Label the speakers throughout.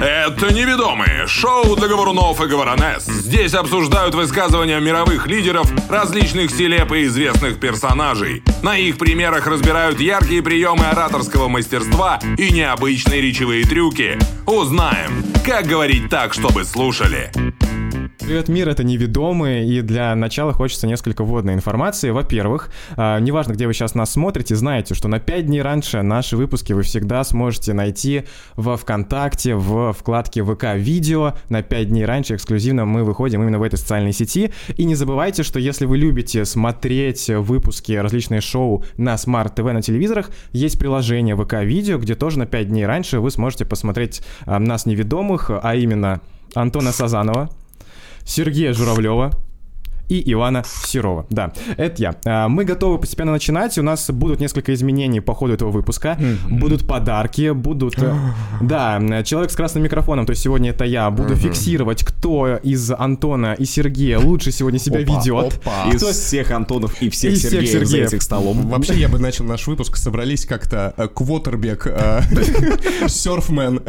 Speaker 1: Это «Неведомые» — шоу для говорунов и говоронесс. Здесь обсуждают высказывания мировых лидеров, различных селеп и известных персонажей. На их примерах разбирают яркие приемы ораторского мастерства и необычные речевые трюки. Узнаем, как говорить так, чтобы слушали.
Speaker 2: Привет, мир, это неведомые, и для начала хочется несколько вводной информации. Во-первых, э, неважно, где вы сейчас нас смотрите, знаете, что на 5 дней раньше наши выпуски вы всегда сможете найти во ВКонтакте, в вкладке ВК-видео. На 5 дней раньше эксклюзивно мы выходим именно в этой социальной сети. И не забывайте, что если вы любите смотреть выпуски, различные шоу на Smart TV на телевизорах, есть приложение ВК-видео, где тоже на 5 дней раньше вы сможете посмотреть э, нас неведомых, а именно Антона Сазанова, Сергея Журавлева и Ивана Серова. Да, это я. А, Мы готовы постепенно начинать. У нас будут несколько изменений по ходу этого выпуска. Будут подарки, будут... э, Да, э, человек с красным микрофоном, то есть сегодня это я, буду фиксировать, кто из Антона и Сергея лучше сегодня себя
Speaker 3: Опа,
Speaker 2: ведет.
Speaker 3: опа.
Speaker 4: А Из всех Антонов и всех
Speaker 2: И всех
Speaker 4: Сергеев за
Speaker 2: Сергеев.
Speaker 4: этих столом.
Speaker 3: Вообще, я бы начал наш выпуск. Собрались как-то э, квотербек, э, серфмен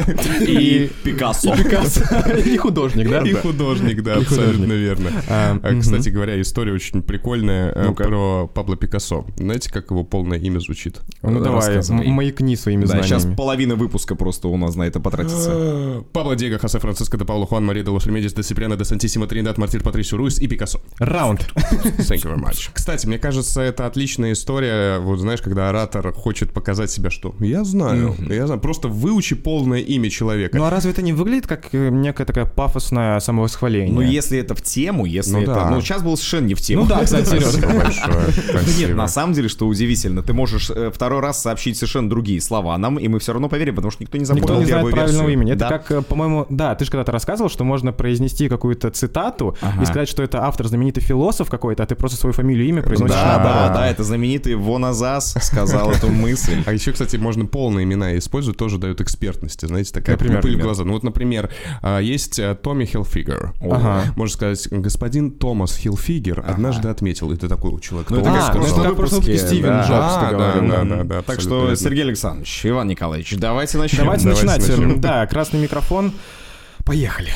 Speaker 4: И Пикассо.
Speaker 2: И художник, да? А,
Speaker 3: и художник, да, абсолютно верно. Э, Кстати говоря, история очень прикольная э, про Пабло Пикассо. Знаете, как его полное имя звучит?
Speaker 2: Ну давай,
Speaker 3: Рассказывай.
Speaker 2: м- маякни своими
Speaker 4: Да, сейчас
Speaker 2: знаниями.
Speaker 4: половина выпуска просто у нас на это потратится.
Speaker 3: Э, Пабло Диего, Хосе Франциско, де Пауло, Хуан, Мария де Лос Ремедис, де Сиприано, де Сантисима, Тринидад, Мартир, Патрисио, Руис и Пикассо.
Speaker 2: Раунд.
Speaker 3: Thank you very much. Кстати, мне кажется, это отличная история, вот знаешь, когда оратор хочет показать себя, что я знаю, я знаю, просто выучи полное имя человека.
Speaker 2: Ну а разве это не выглядит как э, некая такая пафосное самовосхваление?
Speaker 4: Ну, если это в тему, если
Speaker 3: Ну
Speaker 4: это...
Speaker 3: да.
Speaker 4: Ну, сейчас был совершенно не в тему.
Speaker 2: Ну да, кстати,
Speaker 4: а
Speaker 3: Спасибо
Speaker 2: Серёж.
Speaker 3: большое.
Speaker 4: Да нет,
Speaker 3: Спасибо.
Speaker 4: на самом деле, что удивительно, ты можешь э, второй раз сообщить совершенно другие слова нам, и мы все равно поверим, потому что никто не запомнил
Speaker 2: Никто не знает
Speaker 4: первую
Speaker 2: правильного
Speaker 4: версию.
Speaker 2: имени. Это
Speaker 4: Да.
Speaker 2: как, э, по-моему, да, ты же когда-то рассказывал, что можно произнести какую-то цитату
Speaker 4: Ага.
Speaker 2: и сказать, что это автор, знаменитый философ какой-то, а ты просто свою фамилию и имя произносишь
Speaker 4: Да, да,
Speaker 2: наоборот.
Speaker 4: да, это знаменитый Воназас сказал эту мысль.
Speaker 3: А еще, кстати, можно полные имена использовать, тоже дают экспертности, знаете, такая
Speaker 2: Например?
Speaker 3: пыль в глаза. Ну вот, например, а, есть а, Томми Хилфигер.
Speaker 2: Ага.
Speaker 3: Можно сказать, господин Томас Хилфигер однажды отметил, и ты такой у человека.
Speaker 4: Ну, это
Speaker 2: А,
Speaker 3: «Кто так
Speaker 4: как
Speaker 2: ну
Speaker 4: в
Speaker 2: это как в
Speaker 3: сказал?»
Speaker 4: прошлом
Speaker 2: прошлом
Speaker 4: выпуске,
Speaker 2: выпуске Стивен
Speaker 4: да.
Speaker 2: Джобс ты
Speaker 3: А, да,
Speaker 2: говорил.
Speaker 3: да, да, да, абсолютно
Speaker 4: Так что,
Speaker 3: верно.
Speaker 4: Сергей Александрович, Иван Николаевич, давайте начнем.
Speaker 2: Давайте
Speaker 3: Давайте
Speaker 2: начинать.
Speaker 3: начнем.
Speaker 2: Э, Да, красный микрофон. Поехали.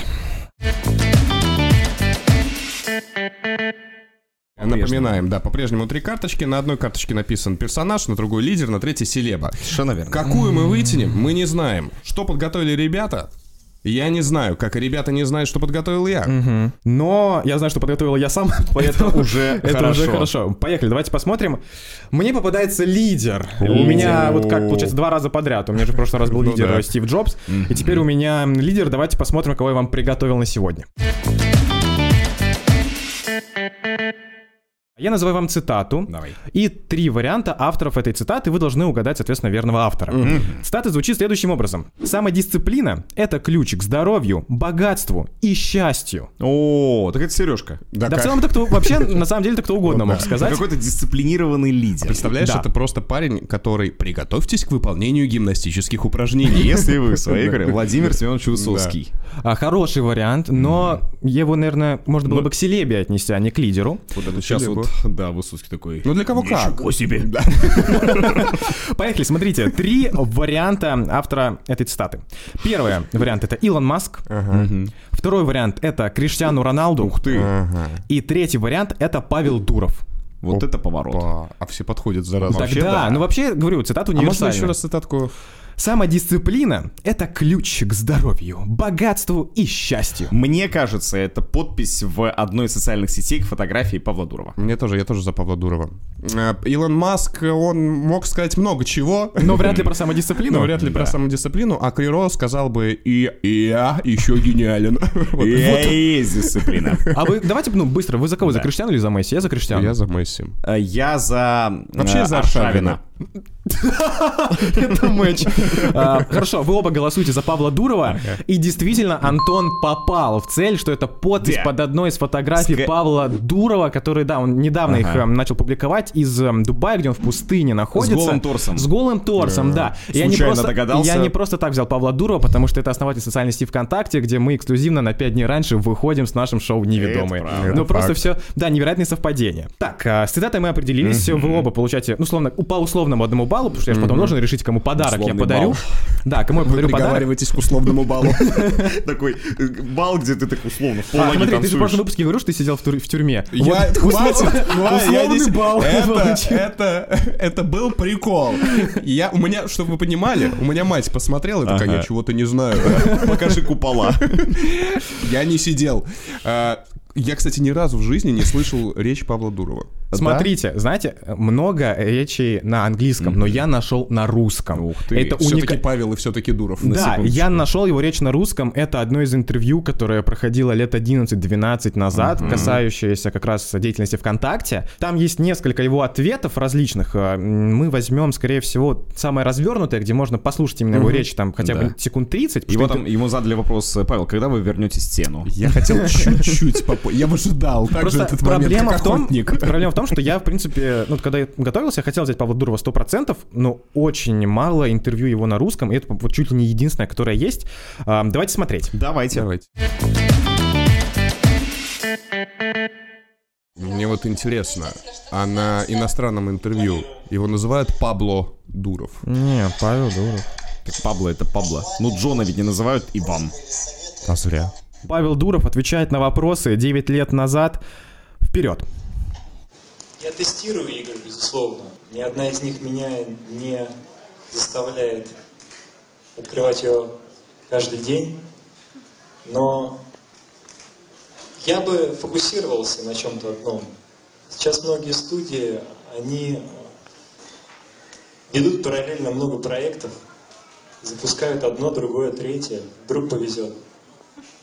Speaker 3: Напоминаем, да, по-прежнему три карточки. На одной карточке написан персонаж, на другой лидер, на третьей селеба.
Speaker 4: Совершенно верно.
Speaker 3: Какую мы вытянем, мы не знаем. Что подготовили ребята, я не знаю, как и ребята не знают, что подготовил я.
Speaker 2: Но я знаю, что подготовил я сам, поэтому уже это уже хорошо. Поехали, давайте посмотрим. Мне попадается лидер. У меня вот как получается два раза подряд. У меня же в прошлый раз был
Speaker 3: Ну
Speaker 2: лидер
Speaker 3: да.
Speaker 2: э, Стив Джобс, и теперь у меня лидер. Давайте посмотрим, кого я вам приготовил на сегодня. Я называю вам цитату.
Speaker 4: Давай.
Speaker 2: И три варианта авторов этой цитаты вы должны угадать, соответственно, верного автора. Цитата звучит следующим образом. Самодисциплина — это ключ к здоровью, богатству и счастью.
Speaker 4: О, так это Сережка.
Speaker 2: Да, в целом это кто вообще, на самом деле, это кто угодно мог сказать.
Speaker 4: Какой-то дисциплинированный лидер.
Speaker 3: Представляешь,
Speaker 2: Да.
Speaker 3: это просто парень, который «Приготовьтесь к выполнению гимнастических упражнений».
Speaker 4: Если вы в своей игре Владимир Семенович Высоцкий.
Speaker 2: А, хороший вариант, но его, наверное, можно было бы к селебе отнести, а не к лидеру.
Speaker 4: Ну Вот это сейчас
Speaker 3: либо.
Speaker 4: вот, да, Высоцкий такой.
Speaker 3: Ну для кого как?
Speaker 4: себе.
Speaker 2: Поехали, смотрите. Три варианта автора этой цитаты. Первый вариант — это Илон Маск. Второй вариант — это Криштиану Роналду. Ух ты. И третий вариант — это Павел Дуров.
Speaker 4: Вот это поворот.
Speaker 3: Опа, А все подходят зараза.
Speaker 2: Тогда, ну вообще, говорю, цитату
Speaker 3: А можно
Speaker 2: универсальная.
Speaker 3: еще раз цитатку?
Speaker 2: Самодисциплина — это ключ к здоровью, богатству и счастью.
Speaker 4: Мне кажется, это подпись в одной из социальных сетей к фотографии Павла Дурова.
Speaker 3: Мне тоже, я тоже за Павла Дурова. Э, Илон Маск, он мог сказать много чего.
Speaker 2: Но Ну, вряд ли про самодисциплину.
Speaker 3: Но Ну, вряд ли про самодисциплину, а Криро сказал бы «И и я еще гениален». Вот.
Speaker 4: Э, Есть дисциплина.
Speaker 2: А вы давайте, ну, быстро, вы за кого? За Криштиану или за Месси? Я за Криштиану.
Speaker 3: Я за Месси.
Speaker 4: Э, Я за...
Speaker 3: Вообще
Speaker 4: э,
Speaker 3: за
Speaker 4: Аршавина.
Speaker 3: Аршавина.
Speaker 2: Это матч. А, Хорошо, вы оба голосуете за Павла Дурова. И действительно, Антон попал в цель, что это подпись
Speaker 4: Да.
Speaker 2: под одной из фотографий
Speaker 4: Ска-
Speaker 2: Павла Дурова, который, да, он недавно их эм, начал публиковать из эм, Дубая, где он в пустыне находится.
Speaker 4: голым торсом.
Speaker 2: С голым торсом, да. Я не
Speaker 4: Случайно
Speaker 2: просто-
Speaker 4: догадался.
Speaker 2: Я не просто так взял Павла Дурова, потому что это основатель социальной сети ВКонтакте, где мы эксклюзивно на 5 дней раньше выходим с нашим шоу «Неведомые».
Speaker 4: Это
Speaker 2: Ну, а, просто все, да, невероятные совпадения. Так, а, с цитатой мы определились, вы оба получаете, ну, словно, по условно условному одному баллу, потому что я же потом должен решить, кому подарок я
Speaker 4: Условный
Speaker 2: подарю.
Speaker 4: балл.
Speaker 2: Да, кому я
Speaker 5: Вы
Speaker 2: подарю подарок.
Speaker 5: приговариваетесь к условному баллу.
Speaker 4: Такой э, бал, где ты так условно в
Speaker 2: А,
Speaker 4: полноги
Speaker 2: смотри, ты же в прошлом
Speaker 4: танцуешь.
Speaker 2: выпуске говорил, что ты сидел в, тур- в тюрьме.
Speaker 3: Я-
Speaker 2: Вот,
Speaker 3: хватит, хватит, я
Speaker 2: условный
Speaker 3: здесь-
Speaker 2: балл
Speaker 3: Это,
Speaker 2: получил.
Speaker 3: это, это был прикол. Я, у меня, чтобы вы понимали, у меня мать посмотрела, и такая, я чего-то не знаю.
Speaker 4: Покажи купола.
Speaker 3: Я не сидел. А, Я, кстати, ни разу в жизни не слышал речь Павла Дурова.
Speaker 2: Смотрите, знаете, много речей на английском, но я нашел на русском.
Speaker 3: Ух ты,
Speaker 2: это
Speaker 3: все-таки
Speaker 2: уника...
Speaker 3: Павел и все-таки Дуров. на
Speaker 2: Да,
Speaker 3: секундочку.
Speaker 2: я нашел его речь на русском. Это одно из интервью, которое проходило лет 11-12 назад, касающееся как раз деятельности ВКонтакте. Там есть несколько его ответов различных. Э, м, Мы возьмем, скорее всего, самое развернутое, где можно послушать именно его речь там хотя бы
Speaker 4: Да.
Speaker 2: секунд 30. потому
Speaker 4: Его
Speaker 2: что
Speaker 4: там, ему задали вопрос, э, Павел, когда вы вернете стену?
Speaker 3: Я хотел чуть-чуть попозже. Я ожидал так же
Speaker 2: Просто
Speaker 3: этот момент,
Speaker 2: проблема,
Speaker 3: как
Speaker 2: в том,
Speaker 3: охотник.
Speaker 2: проблема в том, что я, в принципе, ну, вот когда я готовился, я хотел взять Павла Дурова 100%, но очень мало интервью его на русском, и это вот чуть ли не единственное, которое есть. Ам, Давайте смотреть.
Speaker 4: Давайте.
Speaker 3: Давайте. Мне вот интересно, а на иностранном интервью его называют Пабло Дуров.
Speaker 2: Не, Павел Дуров.
Speaker 4: Так Пабло это Пабло. Ну, Джона ведь не называют Иван.
Speaker 3: А зря.
Speaker 2: Павел Дуров отвечает на вопросы 9 лет назад. Вперед.
Speaker 6: Я тестирую игры, безусловно. Ни одна из них меня не заставляет открывать ее каждый день. Но я бы фокусировался на чем-то одном. Сейчас многие студии, они ведут параллельно много проектов, запускают одно, другое, третье. Вдруг повезет.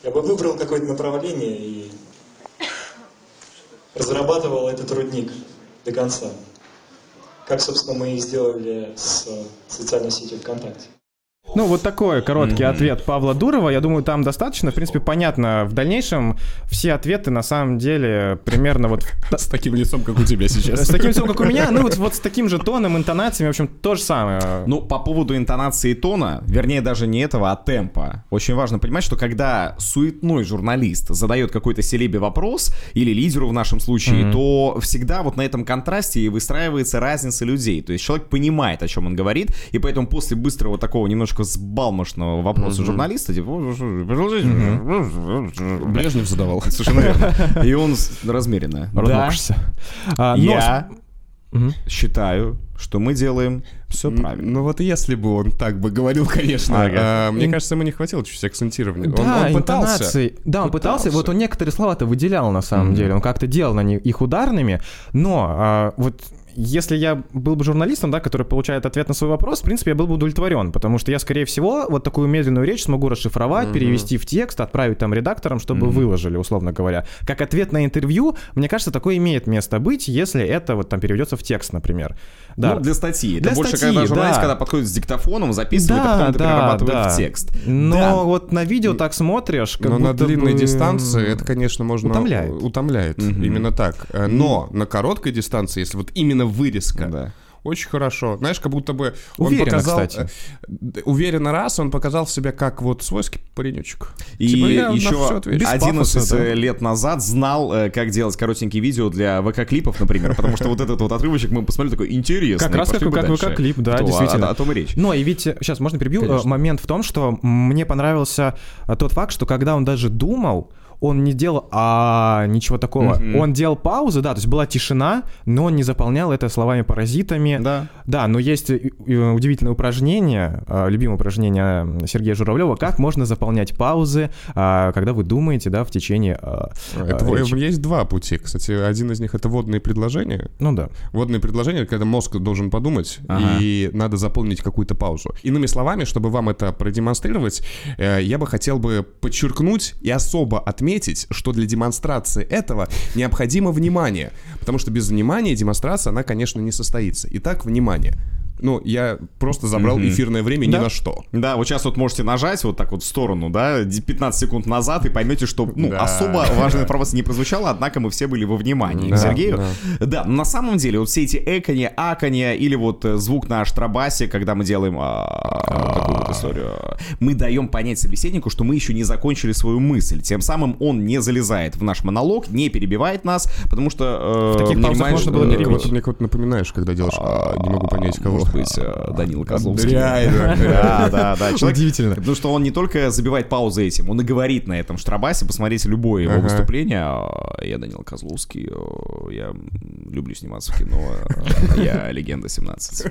Speaker 6: Я бы выбрал какое-то направление и разрабатывал этот рудник до конца. Как, собственно, мы и сделали с э, социальной сетью ВКонтакте.
Speaker 2: Ну, вот такой короткий ответ Павла Дурова. Я думаю, там достаточно. В принципе, понятно. В дальнейшем все ответы, на самом деле, примерно вот в-
Speaker 3: С таким лицом, как у тебя
Speaker 2: с
Speaker 3: сейчас.
Speaker 2: таким лицом, как у меня, ну вот, вот с таким же тоном, интонациями, в общем, то же самое.
Speaker 4: Ну, по поводу интонации и тона, вернее, даже не этого, а темпа. Очень важно понимать, что когда суетной журналист задает какой-то селебе вопрос, или лидеру в нашем случае, то всегда вот на этом контрасте и выстраивается разница людей. То есть человек понимает, о чем он говорит, и поэтому после быстрого такого немножко сбалмошного вопроса журналиста, типа...
Speaker 3: Брежнев задавал.
Speaker 4: Совершенно верно. ну, И он с- размеренно.
Speaker 2: Размокшься. А, но
Speaker 4: Я считаю, что мы делаем все правильно.
Speaker 3: Ну вот если бы он так бы говорил, конечно.
Speaker 4: Ага.
Speaker 3: а, Мне
Speaker 2: Ин-
Speaker 3: кажется, ему не хватило чуть-чуть акцентирования. Он-
Speaker 2: Да,
Speaker 3: он пытался.
Speaker 2: интонации. Да, он пытался. Вот он некоторые слова-то выделял на самом деле. Он как-то делал на них их ударными. Но а, вот если я был бы журналистом, да, который получает ответ на свой вопрос, в принципе, я был бы удовлетворен, потому что я, скорее всего, вот такую медленную речь смогу расшифровать, перевести в текст, отправить там редакторам, чтобы выложили, условно говоря. Как ответ на интервью, мне кажется, такое имеет место быть, если это вот там переведется в текст, например. Да.
Speaker 4: Ну, для статьи.
Speaker 2: Для
Speaker 4: это больше
Speaker 2: статьи,
Speaker 4: когда журналист,
Speaker 2: да.
Speaker 4: когда подходит с диктофоном, записывает, а
Speaker 2: Да,
Speaker 4: потом это
Speaker 2: да,
Speaker 4: перерабатывает
Speaker 2: да.
Speaker 4: в текст.
Speaker 2: Но
Speaker 4: Да.
Speaker 2: вот на видео так смотришь, как
Speaker 3: Но на
Speaker 2: будто
Speaker 3: длинной
Speaker 2: бы-
Speaker 3: дистанции это, конечно, можно...
Speaker 2: Утомляет.
Speaker 3: Утомляет, именно так. Э, Но на короткой дистанции, если вот именно вырезка,
Speaker 4: Да.
Speaker 3: Очень хорошо. Знаешь, как будто бы он
Speaker 2: Уверенно,
Speaker 3: показал...
Speaker 2: кстати.
Speaker 3: э, д- Уверенно раз, он показал себя как вот свойский паренечек.
Speaker 4: И
Speaker 3: Типа, я на всё
Speaker 4: еще
Speaker 3: отвечу. Без
Speaker 4: 11
Speaker 3: пафоса, да.
Speaker 4: э, лет назад знал, э, как делать коротенькие видео для ВК-клипов, например, потому что вот этот вот отрывочек мы посмотрели, такой интересный.
Speaker 2: Как раз
Speaker 4: пошли
Speaker 2: как- как
Speaker 4: бы дальше».
Speaker 2: ВК-клип, да,
Speaker 4: То, а-
Speaker 2: действительно.
Speaker 4: О, том и речь.
Speaker 2: Но и ведь, сейчас можно перебью, Э, момент в том, что мне понравился э, тот факт, что когда он даже думал, он не делал а ничего такого. Он делал паузы, да, то есть была тишина, но он не заполнял это словами-паразитами.
Speaker 4: Да.
Speaker 2: Да, но есть э, э, удивительное упражнение, э, любимое упражнение э, Сергея Журавлева, как можно заполнять паузы, э, когда вы думаете, да, в течение э, э,
Speaker 3: Это во-
Speaker 2: речи.
Speaker 3: Есть два пути, кстати. Один из них — это водные предложения.
Speaker 2: Ну да.
Speaker 3: Водные предложения — это когда мозг должен подумать, и надо заполнить какую-то паузу. Иными словами, чтобы вам это продемонстрировать, э, я бы хотел бы подчеркнуть и особо отметить, что для демонстрации этого необходимо внимание. Потому что без внимания демонстрация, она, конечно, не состоится. Итак, внимание. Ну, я просто забрал эфирное время ни
Speaker 2: Да.
Speaker 3: на что.
Speaker 4: Да, вот сейчас вот можете нажать вот так вот в сторону, да, ди- 15 секунд назад, и поймете, что ну,
Speaker 3: Да.
Speaker 4: особо важная информация не прозвучала, однако мы все были во внимании
Speaker 3: Да,
Speaker 4: к Сергею.
Speaker 3: да.
Speaker 4: Да. но на самом деле вот все эти эканье, аканье или вот э, звук на штрабасе, когда мы делаем... а, такой вот эту историю. Мы даем понять собеседнику, что мы еще не закончили свою мысль. Тем самым он не залезает в наш монолог, не перебивает нас, потому что... э,
Speaker 2: В таких
Speaker 4: понимаешь,
Speaker 2: паузах можно было
Speaker 4: э,
Speaker 2: не
Speaker 3: Ты
Speaker 2: перебивать.
Speaker 3: вот мне кого-то напоминаешь, когда делаешь... а, Не могу понять, кого.
Speaker 4: Может быть, э, Данила Козловский.
Speaker 3: Реально.
Speaker 4: Да, да, да. Человек-
Speaker 2: Удивительно.
Speaker 4: Потому что он не только забивает паузы этим, он и говорит на этом штрабасе. Посмотрите любое его
Speaker 3: Ага.
Speaker 4: выступление. А, Я Данил Козловский, а, я м, люблю сниматься в кино, а, я легенда 17.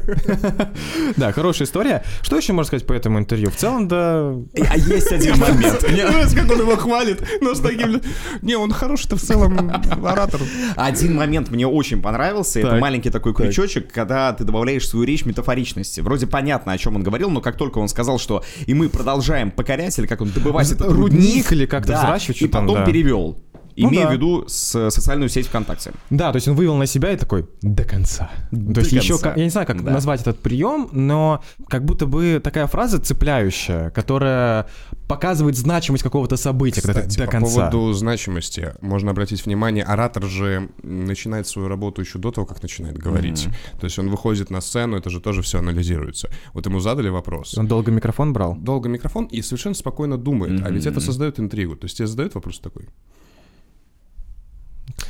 Speaker 2: Да, хорошая история. Что еще можно сказать по этому интервью? В целом, да...
Speaker 4: А есть один момент.
Speaker 3: Мне нравится, как он его хвалит, но с таким... Не, он хороший-то в целом оратор.
Speaker 4: Один момент мне очень понравился. Это
Speaker 2: Так.
Speaker 4: маленький такой крючочек, когда ты добавляешь в свою речь метафоричности. Вроде понятно, о чем он говорил, но как только он сказал, что и мы продолжаем покорять, или как он добывать этот
Speaker 2: рудник
Speaker 4: рудник,
Speaker 2: или как-то
Speaker 4: да,
Speaker 2: взращивать,
Speaker 4: и
Speaker 2: что там,
Speaker 4: потом
Speaker 2: да.
Speaker 4: перевел.
Speaker 2: Ну
Speaker 4: Имея
Speaker 2: да.
Speaker 4: в виду с- социальную сеть ВКонтакте.
Speaker 2: Да, то есть он вывел на себя и такой до конца. то есть еще,
Speaker 4: конца.
Speaker 2: как- я не знаю, как
Speaker 4: Да.
Speaker 2: назвать этот прием, но как будто бы такая фраза цепляющая, которая показывает значимость какого-то события, когда ты
Speaker 3: Кстати,
Speaker 2: Типа, до
Speaker 3: по
Speaker 2: конца.
Speaker 3: поводу значимости, можно обратить внимание, оратор же м, начинает свою работу еще до того, как начинает говорить. То есть он выходит на сцену, это же тоже все анализируется. Вот ему задали вопрос.
Speaker 2: Он долго микрофон брал.
Speaker 3: Долго микрофон и совершенно спокойно думает. А ведь это создает интригу. То есть тебе задают вопрос такой.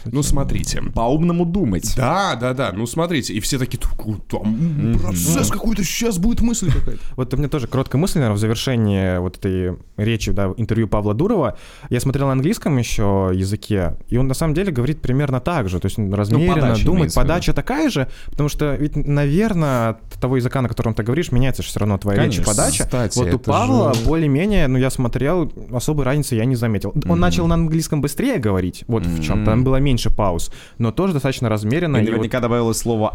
Speaker 3: Ну, смотрите.
Speaker 4: По-умному думать.
Speaker 3: Да, да, да. Ну, смотрите. И все такие, «Ту- там, процесс какой-то, сейчас будет мысль какая-то.
Speaker 2: Вот у меня тоже короткая мысль, наверное, в завершении вот этой речи, да, интервью Павла Дурова. Я смотрел на английском еще языке, и он на самом деле говорит примерно так же, то есть он размеренно
Speaker 4: подача
Speaker 2: думает,
Speaker 4: имеется в виду.
Speaker 2: подача такая же, потому что ведь, наверное, от того языка, на котором ты говоришь, меняется же все равно твоя речь и
Speaker 4: Конечно.
Speaker 2: подача.
Speaker 3: Кстати,
Speaker 2: вот у
Speaker 3: это
Speaker 2: Павла
Speaker 3: же-
Speaker 2: более-менее, ну, я смотрел, особой разницы я не заметил. Он начал на английском быстрее говорить, вот в чем, там было меньше пауз, но тоже достаточно размеренно.
Speaker 4: И
Speaker 2: и вот-
Speaker 4: наверняка добавилось слово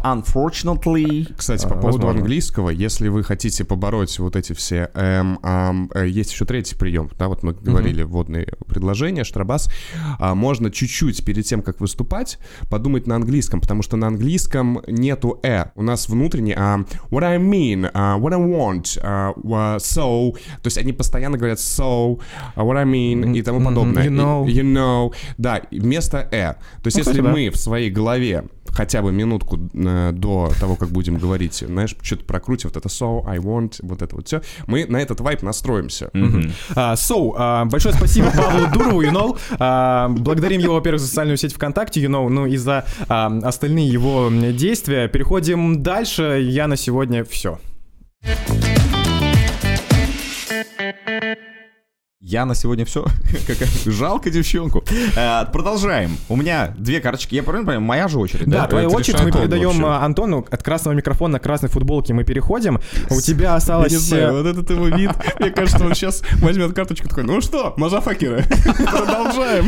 Speaker 4: unfortunately.
Speaker 3: Кстати,
Speaker 2: А,
Speaker 3: по поводу
Speaker 2: возможно.
Speaker 3: английского, если вы хотите побороть вот эти все, эм, ам, э, есть еще третий прием, да, вот мы говорили вводные предложения, штрабас, А, можно чуть-чуть перед тем, как выступать, подумать на английском, потому что на английском нету э, у нас внутренний, а, what I mean, а, what I want, а, wha- so, то есть они постоянно говорят so, а, what I mean и тому
Speaker 2: Мгм.
Speaker 3: подобное,
Speaker 2: You
Speaker 3: И-
Speaker 2: know.
Speaker 3: you know, да, и вместо э, то есть
Speaker 2: Ну, кстати,
Speaker 3: если
Speaker 2: да.
Speaker 3: мы в своей голове хотя бы минутку э, до того, как будем говорить, знаешь, что-то прокрутив, вот это so, I want, вот это вот все, мы на этот вайп настроимся.
Speaker 2: А, So, а, большое спасибо Павлу Дурову, you know. А, Благодарим его, во-первых, за социальную сеть ВКонтакте, you know, ну и за а, остальные его м, действия. Переходим дальше. Я на сегодня все.
Speaker 4: Я на сегодня все. Жалко девчонку. Э, Продолжаем. У меня две карточки. Я правильно понимаю, моя же очередь,
Speaker 2: Да,
Speaker 4: да?
Speaker 2: твоя
Speaker 3: это
Speaker 2: очередь. Мы
Speaker 3: решает он
Speaker 2: передаем
Speaker 3: вообще.
Speaker 2: а, Антону от красного микрофона к красной футболке. Мы переходим. У тебя осталось... э,
Speaker 3: вот этот его вид, мне кажется, он сейчас возьмет карточку такой, ну что, мазафакеры, продолжаем.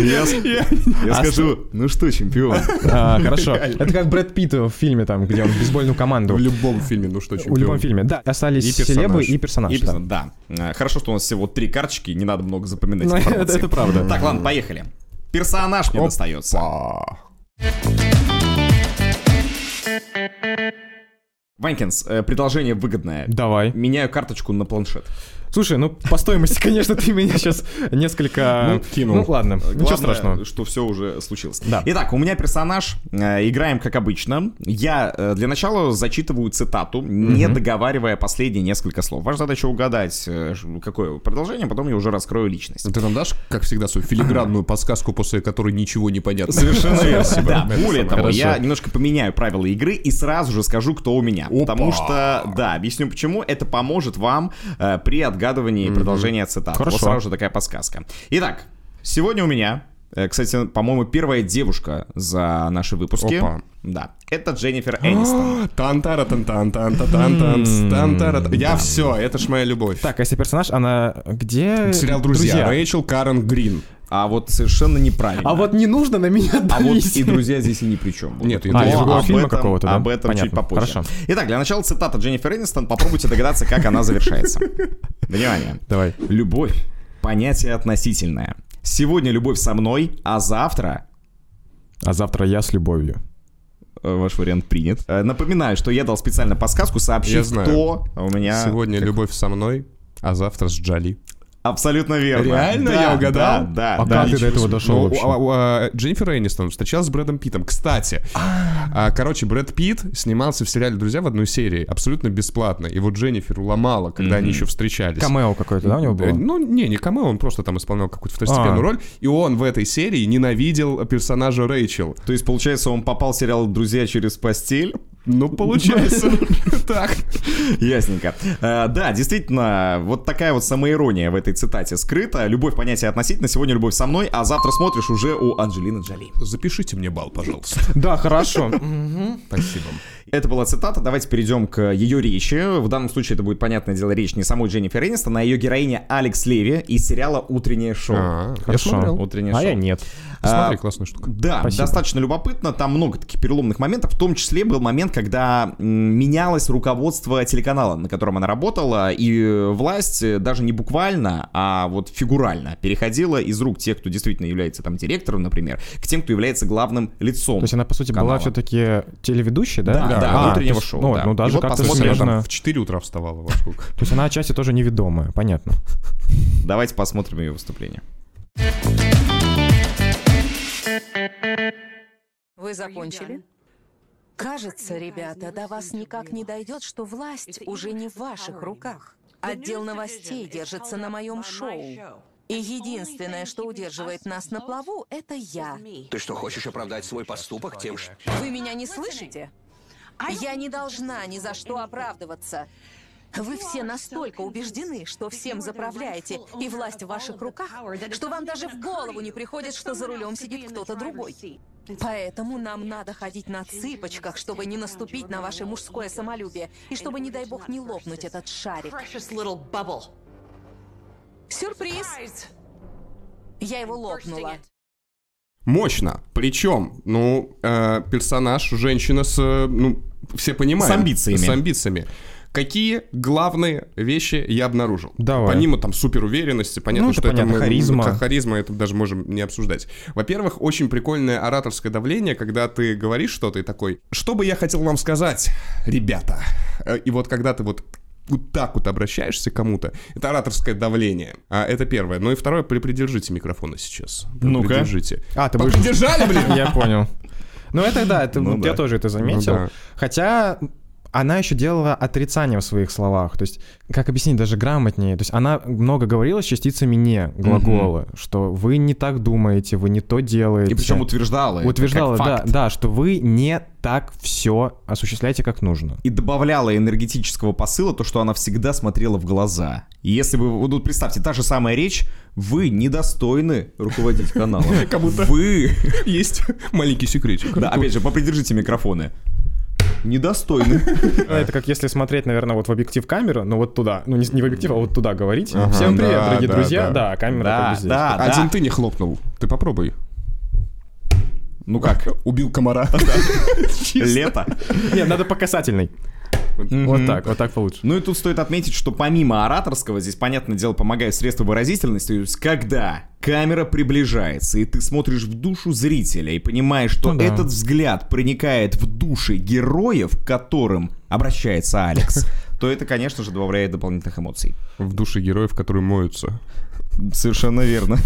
Speaker 4: Я, с- я
Speaker 2: А
Speaker 4: скажу, ну что, чемпион,
Speaker 2: а, Хорошо. Это как Брэд Питт в фильме, там, где он в бейсбольную команду.
Speaker 3: В любом фильме, ну что,
Speaker 2: В любом
Speaker 3: чемпион.
Speaker 2: фильме. Да, остались
Speaker 3: И персонаж.
Speaker 2: селебы и персонаж.
Speaker 4: И
Speaker 2: да.
Speaker 4: писан- да. Э, Хорошо, что у нас всего три карточки, не надо много запоминать.
Speaker 2: Ну, это-
Speaker 4: информации.
Speaker 2: это правда.
Speaker 4: Так, ладно, поехали. Персонаж мне достается.
Speaker 3: А,
Speaker 4: Ванькинс, э, предложение выгодное.
Speaker 2: Давай.
Speaker 4: Меняю карточку на планшет.
Speaker 2: Слушай, ну по стоимости, конечно, ты меня сейчас несколько...
Speaker 3: Ну, кинул.
Speaker 2: Ну ладно, ничего
Speaker 4: Главное,
Speaker 2: страшного.
Speaker 4: что все уже случилось.
Speaker 2: Да.
Speaker 4: Итак, у меня персонаж. э, играем как обычно. Я э, для начала зачитываю цитату, не договаривая последние несколько слов. Ваша задача угадать, э, ш- какое продолжение, потом я уже раскрою личность.
Speaker 3: Ну, Ты нам дашь, как всегда, свою филигранную подсказку, после которой ничего не понятно?
Speaker 4: Совершенно верно. Да,
Speaker 3: Это
Speaker 4: более
Speaker 3: самое.
Speaker 4: того, я
Speaker 3: Хорошо.
Speaker 4: немножко поменяю правила игры и сразу же скажу, кто у меня. Потому что, да, объясню почему. Это поможет вам э, при отгадывании продолжения цитат.
Speaker 2: Хорошо.
Speaker 4: Вот сразу же такая подсказка. Итак, сегодня у меня, э, кстати, по-моему, первая девушка за наши выпуски.
Speaker 3: Опа.
Speaker 4: Да, это Дженнифер Энистон.
Speaker 3: тантара тан тан тан тан тан
Speaker 4: М-м-м.
Speaker 3: тантара Я все, это ж моя любовь.
Speaker 2: Так, а если персонаж, она где?
Speaker 3: Сериал «Друзья». Рэйчел Карен Грин.
Speaker 4: А вот совершенно неправильно.
Speaker 2: А вот не нужно на меня
Speaker 4: А вот
Speaker 2: давить.
Speaker 4: и друзья здесь и ни при чем. Вот
Speaker 3: Нет,
Speaker 4: это
Speaker 3: и
Speaker 4: вот.
Speaker 3: друзья.
Speaker 4: Но
Speaker 2: Другого
Speaker 4: об
Speaker 2: фильма
Speaker 4: этом-
Speaker 2: какого-то, да?
Speaker 4: Об этом чуть
Speaker 2: Понятно.
Speaker 4: попозже.
Speaker 2: Хорошо.
Speaker 4: Итак, для начала цитата Дженнифер Энистон. Попробуйте догадаться, как она завершается. Внимание.
Speaker 2: Давай.
Speaker 4: Любовь — понятие относительное. Сегодня любовь со мной, а завтра...
Speaker 2: А завтра я с любовью.
Speaker 4: э, Ваш вариант принят. Э, Напоминаю, что я дал специально подсказку, сообщив,
Speaker 3: Я знаю.
Speaker 4: кто у меня...
Speaker 3: Сегодня любовь со мной, а завтра с Джоли.
Speaker 4: Абсолютно верно.
Speaker 3: Реально?
Speaker 4: Да,
Speaker 3: Я угадал?
Speaker 4: Да, да.
Speaker 2: А
Speaker 4: да.
Speaker 2: как ты до этого дошел
Speaker 3: Ну,
Speaker 2: вообще?
Speaker 3: а- а- а, Дженнифер Энистон встречалась с Брэдом Питтом. Кстати, а, короче, Брэд Питт снимался в сериале «Друзья» в одной серии, абсолютно бесплатно. И вот Дженнифер уломала, когда они еще встречались.
Speaker 2: Камео какое-то, да, у него
Speaker 3: Э,
Speaker 2: было?
Speaker 3: Ну, не, не камео, он просто там исполнял какую-то второстепенную
Speaker 2: А.
Speaker 3: роль. И он в этой серии ненавидел персонажа Рэйчел.
Speaker 4: То есть, получается, он попал в сериал «Друзья через постель».
Speaker 3: Ну, получается. Так.
Speaker 4: Ясненько. Э, Да, действительно, вот такая вот самоирония в этой цитате скрыта. Любовь понятие относительно. Сегодня любовь со мной, а завтра смотришь уже у Анджелины Джоли.
Speaker 3: Запишите мне бал, пожалуйста.
Speaker 2: Да, хорошо.
Speaker 3: Спасибо.
Speaker 4: Это была цитата. Давайте перейдем к ее речи. В данном случае это будет, понятное дело, речь не самой Дженнифер Энистон, а ее героиня Алекс Леви из сериала «Утреннее шоу».
Speaker 3: А, Я
Speaker 2: Хорошо.
Speaker 3: смотрел.
Speaker 4: Утреннее
Speaker 2: А
Speaker 4: шоу.
Speaker 2: я нет.
Speaker 3: Посмотри, классная штука.
Speaker 4: Да,
Speaker 2: Спасибо.
Speaker 4: достаточно любопытно. Там много таких переломных моментов. В том числе был момент, когда м, менялось руководство телеканала, на котором она работала, и э, власть э, даже не буквально, а вот фигурально переходила из рук тех, кто действительно является там директором, например, к тем, кто является главным лицом.
Speaker 2: То есть она, по сути,
Speaker 4: канала.
Speaker 2: была все-таки телеведущей, да?
Speaker 4: Да, да,
Speaker 2: А,
Speaker 4: утреннего
Speaker 2: то есть,
Speaker 4: шоу,
Speaker 2: Ну,
Speaker 4: да.
Speaker 2: ну, даже
Speaker 4: И вот
Speaker 2: как-то
Speaker 4: посмотрим,
Speaker 3: Смотри, она
Speaker 2: смежно.
Speaker 3: там в 4 утра вставала во сколько.
Speaker 2: То есть она отчасти тоже неведомая, понятно.
Speaker 4: Давайте посмотрим ее выступление.
Speaker 5: Вы закончили? Кажется, ребята, до вас никак не дойдет, что власть уже не в ваших руках. Отдел новостей держится на моем шоу. И единственное, что удерживает нас на плаву, это я.
Speaker 7: Ты что, хочешь оправдать свой поступок тем, что...
Speaker 5: Вы меня не слышите? Я не должна ни за что оправдываться. Вы все настолько убеждены, что всем заправляете, и власть в ваших руках, что вам даже в голову не приходит, что за рулем сидит кто-то другой. Поэтому нам надо ходить на цыпочках, чтобы не наступить на ваше мужское самолюбие, и чтобы, не дай бог, не лопнуть этот шарик. Сюрприз! Я его лопнула.
Speaker 3: Мощно. Причем, ну, э, персонаж, женщина с, э, ну, все понимают.
Speaker 4: С амбициями.
Speaker 3: С амбициями. Какие главные вещи я обнаружил?
Speaker 2: Давай.
Speaker 3: Помимо там суперуверенности, понятно,
Speaker 2: Ну, это
Speaker 3: что это
Speaker 2: понятно,
Speaker 3: мы-
Speaker 2: харизма.
Speaker 3: ха- харизма, это даже можем не обсуждать. Во-первых, очень прикольное ораторское давление, когда ты говоришь что-то и такой, что бы я хотел вам сказать, ребята? Э, И вот когда ты вот вот так вот обращаешься к кому-то, это ораторское давление. А, это первое. Ну и второе, при- придержите микрофоны сейчас.
Speaker 4: Ну-ка.
Speaker 3: Придержите.
Speaker 2: А, ты будешь...
Speaker 3: Попридержали, блин!
Speaker 2: Я понял. Ну это да, это,
Speaker 4: Ну
Speaker 2: вот я
Speaker 4: да.
Speaker 2: тоже это заметил.
Speaker 3: да.
Speaker 2: Хотя она еще делала отрицание в своих словах. То есть, как объяснить, даже грамотнее. То есть она много говорила с частицами «не» глагола, что вы не так думаете, вы не то делаете.
Speaker 4: И причем утверждала. это как
Speaker 2: утверждала, да,
Speaker 4: факт.
Speaker 2: да, что вы не так все осуществляете, как нужно.
Speaker 4: и добавляла энергетического посыла то, что она всегда смотрела в глаза. И Если бы, вот тут представьте, та же самая речь, вы недостойны руководить каналом.
Speaker 3: Как будто-
Speaker 4: Вы,
Speaker 3: Есть маленький секретик. Ну,
Speaker 4: да, опять же, попридержите микрофоны. Недостойны.
Speaker 2: А Это как если смотреть, наверное, вот в объектив камеры, но вот туда. Ну, не, не в объектив, а вот туда говорить. Всем привет,
Speaker 3: да,
Speaker 2: дорогие
Speaker 3: да,
Speaker 2: друзья.
Speaker 3: да.
Speaker 2: Да, камера
Speaker 4: Да,
Speaker 2: как бы здесь.
Speaker 4: да.
Speaker 3: Один ты не хлопнул. Ты попробуй.
Speaker 4: Ну как,
Speaker 3: Убил комара.
Speaker 4: лето.
Speaker 2: Нет, надо по касательной. Вот так, вот так получше.
Speaker 4: Ну и тут стоит отметить, что помимо ораторского, здесь, понятное дело, помогают средства выразительности. То есть, когда камера приближается, и ты смотришь в душу зрителя, и понимаешь, что
Speaker 2: Ну да.
Speaker 4: этот взгляд проникает в души героев, к которым обращается Алекс, то это, конечно же, добавляет дополнительных эмоций.
Speaker 3: В душе героев, которые моются.
Speaker 4: Совершенно верно.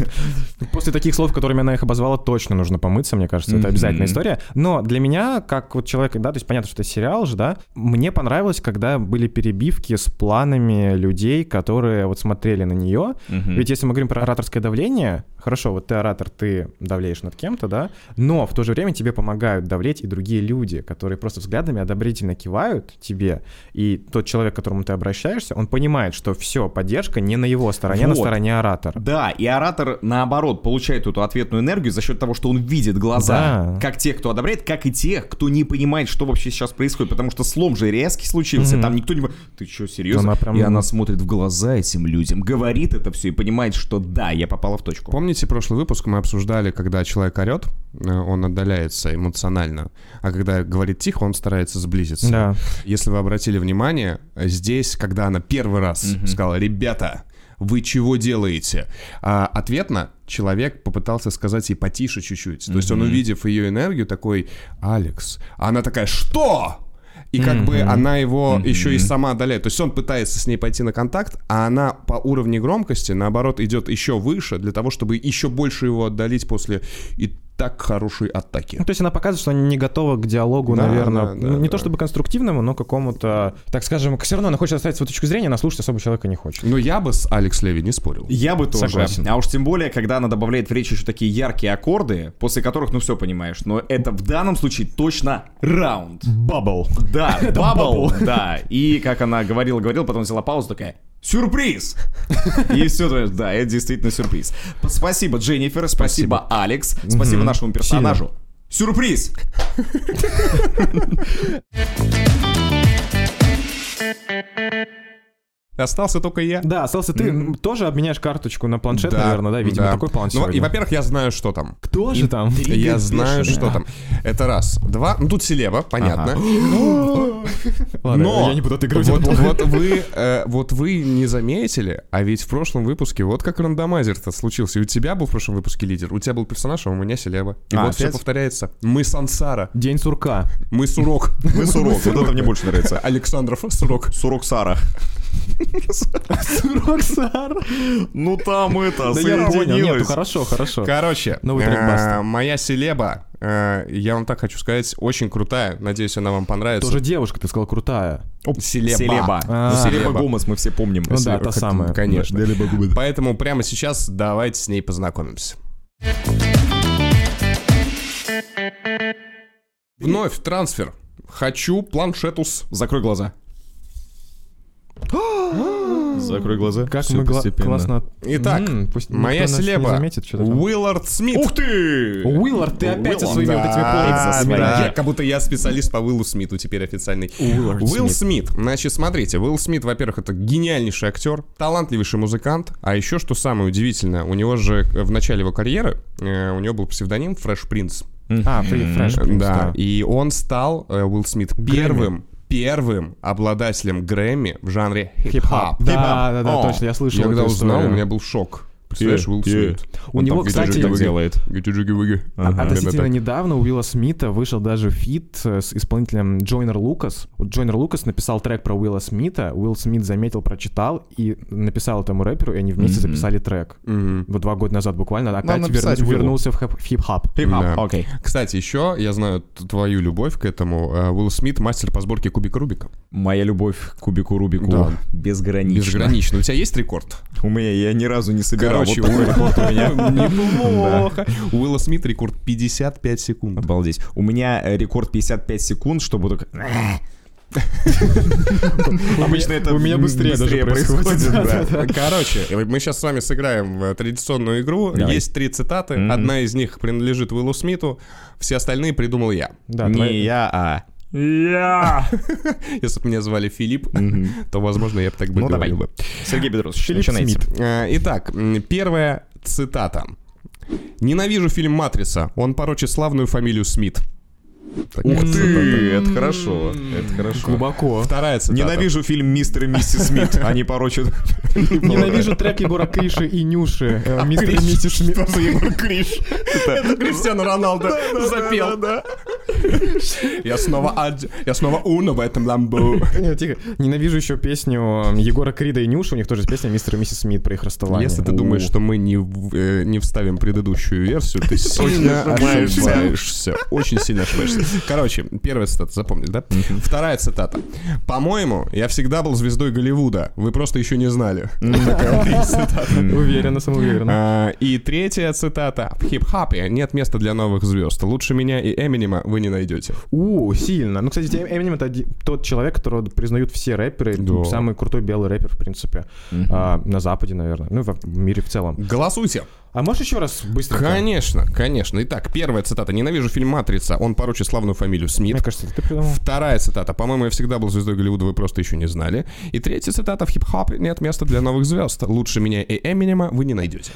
Speaker 2: После таких слов, которыми она их обозвала, точно нужно помыться, мне кажется, это обязательная история. Но для меня, как вот человек, да, то есть понятно, что это сериал же, да, мне понравилось, когда были перебивки с планами людей, которые вот смотрели на нее. Ведь если мы говорим про ораторское давление, хорошо, вот ты оратор, ты давлеешь над кем-то, да, но в то же время тебе помогают давлеть и другие люди, которые просто взглядами одобрительно кивают тебе, и тот человек, к которому ты обращаешься, он понимает, что все, поддержка не на его стороне, а на
Speaker 4: Вот.
Speaker 2: стороне оратора.
Speaker 4: Да, и оратор, наоборот, получает эту ответную энергию за счет того, что он видит глаза
Speaker 2: Да.
Speaker 4: как тех, кто одобряет, как и тех, кто не понимает, что вообще сейчас происходит, потому что слом же резкий случился, там никто не... по- Ты что, серьезно?
Speaker 2: Она прям-
Speaker 4: И она смотрит в глаза этим людям, говорит это все и понимает, что да, я попала в точку.
Speaker 3: Помните, прошлый выпуск мы обсуждали, когда человек орет, э, он отдаляется эмоционально, а когда говорит тихо, он старается сблизиться.
Speaker 2: Да.
Speaker 3: Если вы обратили внимание, здесь, когда она первый раз сказала, ребята, вы чего делаете? А ответно человек попытался сказать ей потише чуть-чуть. То есть он, увидев ее энергию, такой, Алекс. А она такая, что? И как бы она его еще и сама одоляет. То есть он пытается с ней пойти на контакт, а она по уровню громкости, наоборот, идет еще выше для того, чтобы еще больше его отдалить после и так хорошей атаки.
Speaker 2: Ну, то есть она показывает, что она не готова к диалогу,
Speaker 3: Да,
Speaker 2: наверное,
Speaker 3: да, да,
Speaker 2: ну, не
Speaker 3: да.
Speaker 2: то чтобы конструктивному, но какому-то, так скажем, все равно она хочет оставить свою точку зрения, она слушать особо человека не хочет.
Speaker 3: Но я бы с Алекс Леви не спорил.
Speaker 4: Я бы тоже.
Speaker 2: Согласен.
Speaker 4: А уж тем более, когда она добавляет в речь еще такие яркие аккорды, после которых, ну все понимаешь, но это в данном случае точно раунд.
Speaker 2: Бабл.
Speaker 4: Да, бабл, да. И как она говорила, говорила, потом взяла паузу такая. Сюрприз! И все, да, это действительно сюрприз. П- Спасибо, Дженнифер, спасибо, Алекс, спасибо нашему персонажу. Сюрприз!
Speaker 3: Остался только я.
Speaker 2: Да, остался ты м, тоже обменяешь карточку на планшет, наверное, да, видимо,
Speaker 3: да.
Speaker 2: такой план
Speaker 3: Ну, и,
Speaker 2: сегодня.
Speaker 3: во-первых, я знаю, что там.
Speaker 2: Кто же там?
Speaker 3: Я знаю, что там. Это раз. Два. Ну, тут селева, понятно.
Speaker 2: Ладно,
Speaker 3: Но
Speaker 2: я не буду отыгрывать.
Speaker 3: Вот, вот вы, э, вот вы не заметили, а ведь в прошлом выпуске вот как рандомайзер-то случился. И у тебя был в прошлом выпуске лидер, у тебя был персонаж, а у меня селеба. И
Speaker 4: А,
Speaker 3: вот все
Speaker 4: опять?
Speaker 3: повторяется. Мы сансара,
Speaker 2: День сурка.
Speaker 3: мы сурок.
Speaker 4: Мы сурок, вот это мне больше нравится.
Speaker 3: Александров сурок.
Speaker 4: Сурок Сара.
Speaker 2: Сурок Сара.
Speaker 4: Ну там это,
Speaker 2: Да я понял, нет, ну
Speaker 4: соединилось.
Speaker 2: хорошо, хорошо.
Speaker 3: Короче,
Speaker 2: Новый Ну, трек
Speaker 3: э,
Speaker 2: Баста.
Speaker 3: моя селеба, э, я вам так хочу сказать, очень крутая. Надеюсь, она вам понравится.
Speaker 2: Тоже девушка, ты сказал, крутая.
Speaker 3: Оп, селеба.
Speaker 4: Селеба.
Speaker 2: А.
Speaker 4: Ну, Селеба
Speaker 3: Селеба.
Speaker 4: Гомес, мы все помним.
Speaker 2: Ну да,
Speaker 4: Селеба.
Speaker 2: та самая.
Speaker 3: Конечно.
Speaker 4: Да, Селеба Гомес.
Speaker 3: Поэтому прямо сейчас давайте с ней познакомимся. Вновь трансфер. Хочу планшетус.
Speaker 4: Закрой глаза. Закрой глаза.
Speaker 2: Как
Speaker 4: Всё
Speaker 2: мы гла-
Speaker 4: постепенно.
Speaker 2: классно...
Speaker 3: Итак,
Speaker 2: М, пусть
Speaker 3: Моя
Speaker 2: никто нас не
Speaker 3: селеба.
Speaker 2: заметит, что там.
Speaker 3: Уиллард Смит.
Speaker 4: Ух ты!
Speaker 2: Уиллард, ты опять со
Speaker 4: Уиллард,
Speaker 2: своими вот этими
Speaker 3: Да,
Speaker 2: полицами.
Speaker 3: да.
Speaker 2: Да.
Speaker 3: Я- как будто я специалист по Уиллу Смиту теперь официальный.
Speaker 2: Уиллард
Speaker 3: Уилл
Speaker 2: Смит.
Speaker 3: Смит. Значит, смотрите, Уилл Смит, во-первых, это гениальнейший актер, талантливейший музыкант, а еще, что самое удивительное, у него же э, в начале его карьеры э, у него был псевдоним Фрэш Принц.
Speaker 2: А, Фри- Фрэш,
Speaker 3: Э,
Speaker 2: Принц,
Speaker 3: Да, и он стал, э, Уилл Смит, первым, первым обладателем Грэмми в жанре хип-хап.
Speaker 2: Да, да, да,
Speaker 3: О,
Speaker 2: точно, я слышал
Speaker 3: Я когда
Speaker 2: эту историю.
Speaker 3: узнал, у меня был шок. Представляешь,
Speaker 4: Э,
Speaker 3: Уилл
Speaker 4: э.
Speaker 3: Смит.
Speaker 2: У
Speaker 3: Он
Speaker 2: него,
Speaker 3: там
Speaker 2: кстати,
Speaker 3: гиджи-гиджи.
Speaker 4: делает.
Speaker 3: Гиджи-гиджи-гиджи.
Speaker 2: А- Относительно
Speaker 3: Именно так.
Speaker 2: недавно у Уилла Смита вышел даже фит э, с исполнителем Джойнер Лукас. Вот Джойнер Лукас написал трек про Уилла Смита, Уилл Смит заметил, прочитал и написал этому рэперу, и они вместе записали трек. Вот два года назад буквально, опять верну-
Speaker 4: написать Уиллу.
Speaker 2: вернулся в хэп- в хип-хап.
Speaker 4: Хип-хап,
Speaker 3: Да.
Speaker 4: Окей.
Speaker 3: Кстати, еще я знаю т- твою любовь к этому. Э, Уилл Смит мастер по сборке кубика Рубика.
Speaker 4: Моя любовь к кубику Рубику
Speaker 3: Да.
Speaker 4: безгранична.
Speaker 3: Безгранично. У тебя есть рекорд?
Speaker 4: У меня я ни разу не собирал.
Speaker 3: Короче,
Speaker 4: вот такой
Speaker 3: у-
Speaker 4: рекорд у меня.
Speaker 3: Неплохо. У Уилла Смит рекорд 55 секунд.
Speaker 4: Обалдеть. У меня э, рекорд 55 секунд, чтобы только... Обычно это
Speaker 2: у меня быстрее даже происходит.
Speaker 4: да.
Speaker 3: Короче, и мы сейчас с вами сыграем в э, традиционную игру.
Speaker 4: Давай.
Speaker 3: Есть три цитаты. Одна из них принадлежит Уиллу Смиту, все остальные придумал я.
Speaker 2: Да,
Speaker 4: Не
Speaker 2: твоя-
Speaker 4: я, а...
Speaker 3: Если бы меня звали Филипп, то, возможно, я бы так бы
Speaker 4: Ну, давай.
Speaker 3: говорил бы.
Speaker 4: Сергей Петрович, начинайте.
Speaker 3: Э, Итак, м, первая цитата. «Ненавижу фильм «Матрица». Он порочит славную фамилию Смит». Такая цитата.
Speaker 4: Типа, это хорошо. Это хорошо.
Speaker 2: глубоко.
Speaker 3: Вторая цитата.
Speaker 4: М-м-м. Ненавижу фильм «Мистер и миссис Смит». Они порочат...
Speaker 2: Ненавижу трек Егора Криши и Нюши, э, мистер и
Speaker 3: Криш,
Speaker 2: миссис Смит.
Speaker 3: Что за Егор Криш? Это Криштиану Роналду запел. Я снова адж- я снова Уна в этом ламбу.
Speaker 2: Не, Тихо. Ненавижу еще песню э, Егора Крида и Нюши, у них тоже есть песня мистер и миссис Смит про их расставание.
Speaker 3: Если ты думаешь, что мы не, в- э, не вставим предыдущую версию, ты сильно
Speaker 4: ошибаешься.
Speaker 3: ошибаешься. Очень сильно ошибаешься. Короче, первая цитата, запомнили, да? Вторая цитата. «По-моему, я всегда был звездой Голливуда. Вы просто еще не знали». Такая вот есть цитата.
Speaker 2: Уверенно, самоуверенно.
Speaker 3: А, И третья цитата. В хип-хапе нет места для новых звезд. Лучше меня и Эминема вы не найдете.
Speaker 2: У, сильно. Ну, кстати, Эминем это оди- тот человек, которого признают все рэперы,
Speaker 3: Да.
Speaker 2: самый крутой белый рэпер, в принципе, а, на Западе, наверное, ну, и во- в мире в целом.
Speaker 3: Голосуйте.
Speaker 2: А можешь еще раз быстро?
Speaker 3: Конечно, конечно. Итак, первая цитата. Ненавижу фильм «Матрица». Он порочит славную фамилию Смит.
Speaker 2: Мне кажется, это ты придумал.
Speaker 3: Вторая цитата. По-моему, я всегда был звездой Голливуда, вы просто еще не знали. И третья цитата. В хип-хопе нет места для новых звезд. Лучше меня и Эминема вы не найдете.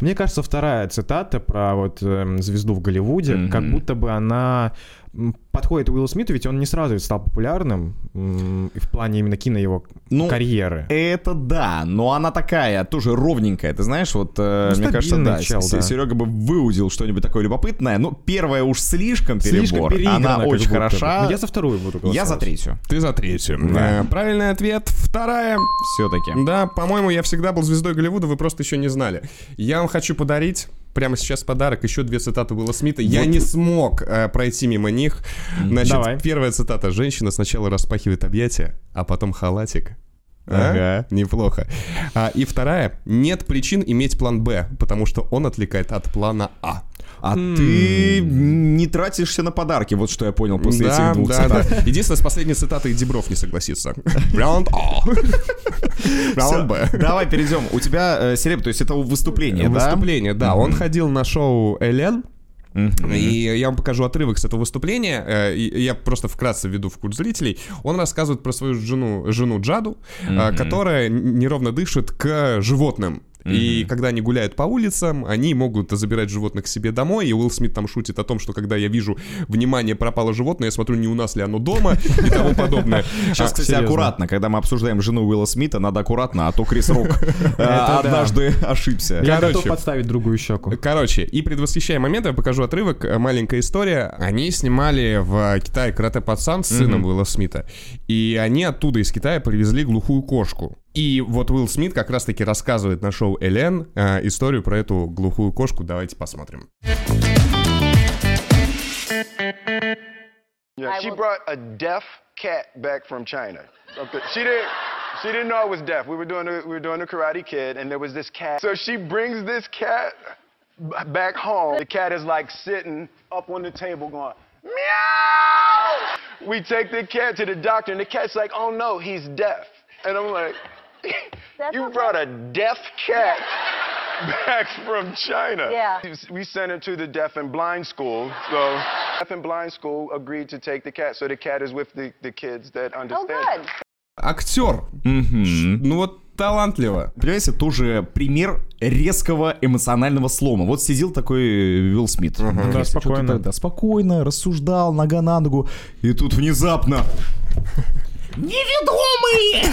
Speaker 2: Мне кажется, вторая цитата про вот эм, звезду в Голливуде, как будто бы она м, подходит Уиллу Смиту, ведь он не сразу ведь стал популярным м, и в плане именно кино его
Speaker 4: Ну,
Speaker 2: карьеры.
Speaker 4: Это да, но она такая, тоже ровненькая, ты знаешь, вот, э,
Speaker 2: Ну,
Speaker 4: мне кажется,
Speaker 2: стабильный
Speaker 4: да,
Speaker 2: чел,
Speaker 4: С-
Speaker 2: да.
Speaker 4: Серега бы выудил что-нибудь такое любопытное, но первая уж слишком
Speaker 2: Слишком
Speaker 4: перебор,
Speaker 2: переиграно,
Speaker 4: она
Speaker 2: как
Speaker 4: очень
Speaker 2: будто бы.
Speaker 4: хороша,
Speaker 2: Но я за вторую буду
Speaker 4: Ну, я за
Speaker 2: голосовать.
Speaker 4: третью,
Speaker 3: Ты за третью.
Speaker 4: Да.
Speaker 3: Э, Правильный ответ. Вторая.
Speaker 4: все-таки.
Speaker 3: Да, по-моему, я всегда был звездой Голливуда, вы просто еще не знали. Я вам хочу подарить прямо сейчас подарок, еще две цитаты Уилла Смита. Я не смог э, пройти мимо них. Значит,
Speaker 2: Давай.
Speaker 3: первая цитата. Женщина сначала распахивает объятия, а потом халатик. А?
Speaker 4: Ага.
Speaker 3: Неплохо. А, и вторая. Нет причин иметь план Б, потому что он отвлекает от плана А.
Speaker 4: А ты не тратишься на подарки, вот что я понял после
Speaker 3: да,
Speaker 4: этих двух
Speaker 3: да,
Speaker 4: цитат.
Speaker 3: да. Единственное, с последней цитатой Дебров не согласится. Раунд А. Раунд Б.
Speaker 4: Всё, Давай перейдем. У тебя э, Сереб, то есть это выступление, да?
Speaker 3: Выступление, да. Он ходил на шоу Элен. И я вам покажу отрывок с этого выступления. Э, и Я просто вкратце веду в курс зрителей. Он рассказывает про свою жену, жену Джаду, э, которая н- неровно дышит к животным. И когда они гуляют по улицам, они могут забирать животных к себе домой. И Уилл Смит там шутит о том, что когда я вижу внимание пропало животное, я смотрю, не у нас ли оно дома и тому подобное.
Speaker 4: Сейчас,
Speaker 3: А,
Speaker 4: кстати,
Speaker 2: серьезно?
Speaker 4: аккуратно, когда мы обсуждаем жену Уилла Смита, надо аккуратно, а то Крис Рок э,
Speaker 2: да.
Speaker 4: однажды ошибся.
Speaker 2: Я готов
Speaker 3: Короче.
Speaker 2: подставить другую щеку.
Speaker 3: Короче, и предвосхищая момент, я покажу отрывок, э, маленькая история. Они снимали в э, Китае «Карате пацан» с сыном Уилла Смита. И они оттуда из Китая привезли глухую кошку. И вот Уилл Смит как раз-таки рассказывает на шоу «Элен» э, историю про эту глухую кошку. Давайте посмотрим.
Speaker 8: Yeah, she brought a deaf cat back from China. Okay. She didn't. She didn't know I was deaf. We were doing the, we were doing the Karate Kid, and there was this cat. So she brings this cat b- back home. The cat is like sitting up on the table, going meow. We take the cat to the doctor, and the cat's like, "Oh no, he's deaf." And I'm like, "You brought a deaf cat back from China."
Speaker 9: Yeah.
Speaker 8: We sent it to the deaf and blind school. So deaf and blind school agreed to take the cat. So the cat is with the, the kids that
Speaker 9: Oh,
Speaker 8: understand.
Speaker 9: good.
Speaker 3: Актер. Ш- Ну вот талантливо.
Speaker 4: Понимаете, тоже пример резкого эмоционального слома. Вот сидел такой э, Уилл Смит. Такой,
Speaker 2: Да,
Speaker 4: если что-то
Speaker 2: спокойно.
Speaker 4: так, Да, спокойно, рассуждал, нога на ногу. И тут внезапно... Неведомый!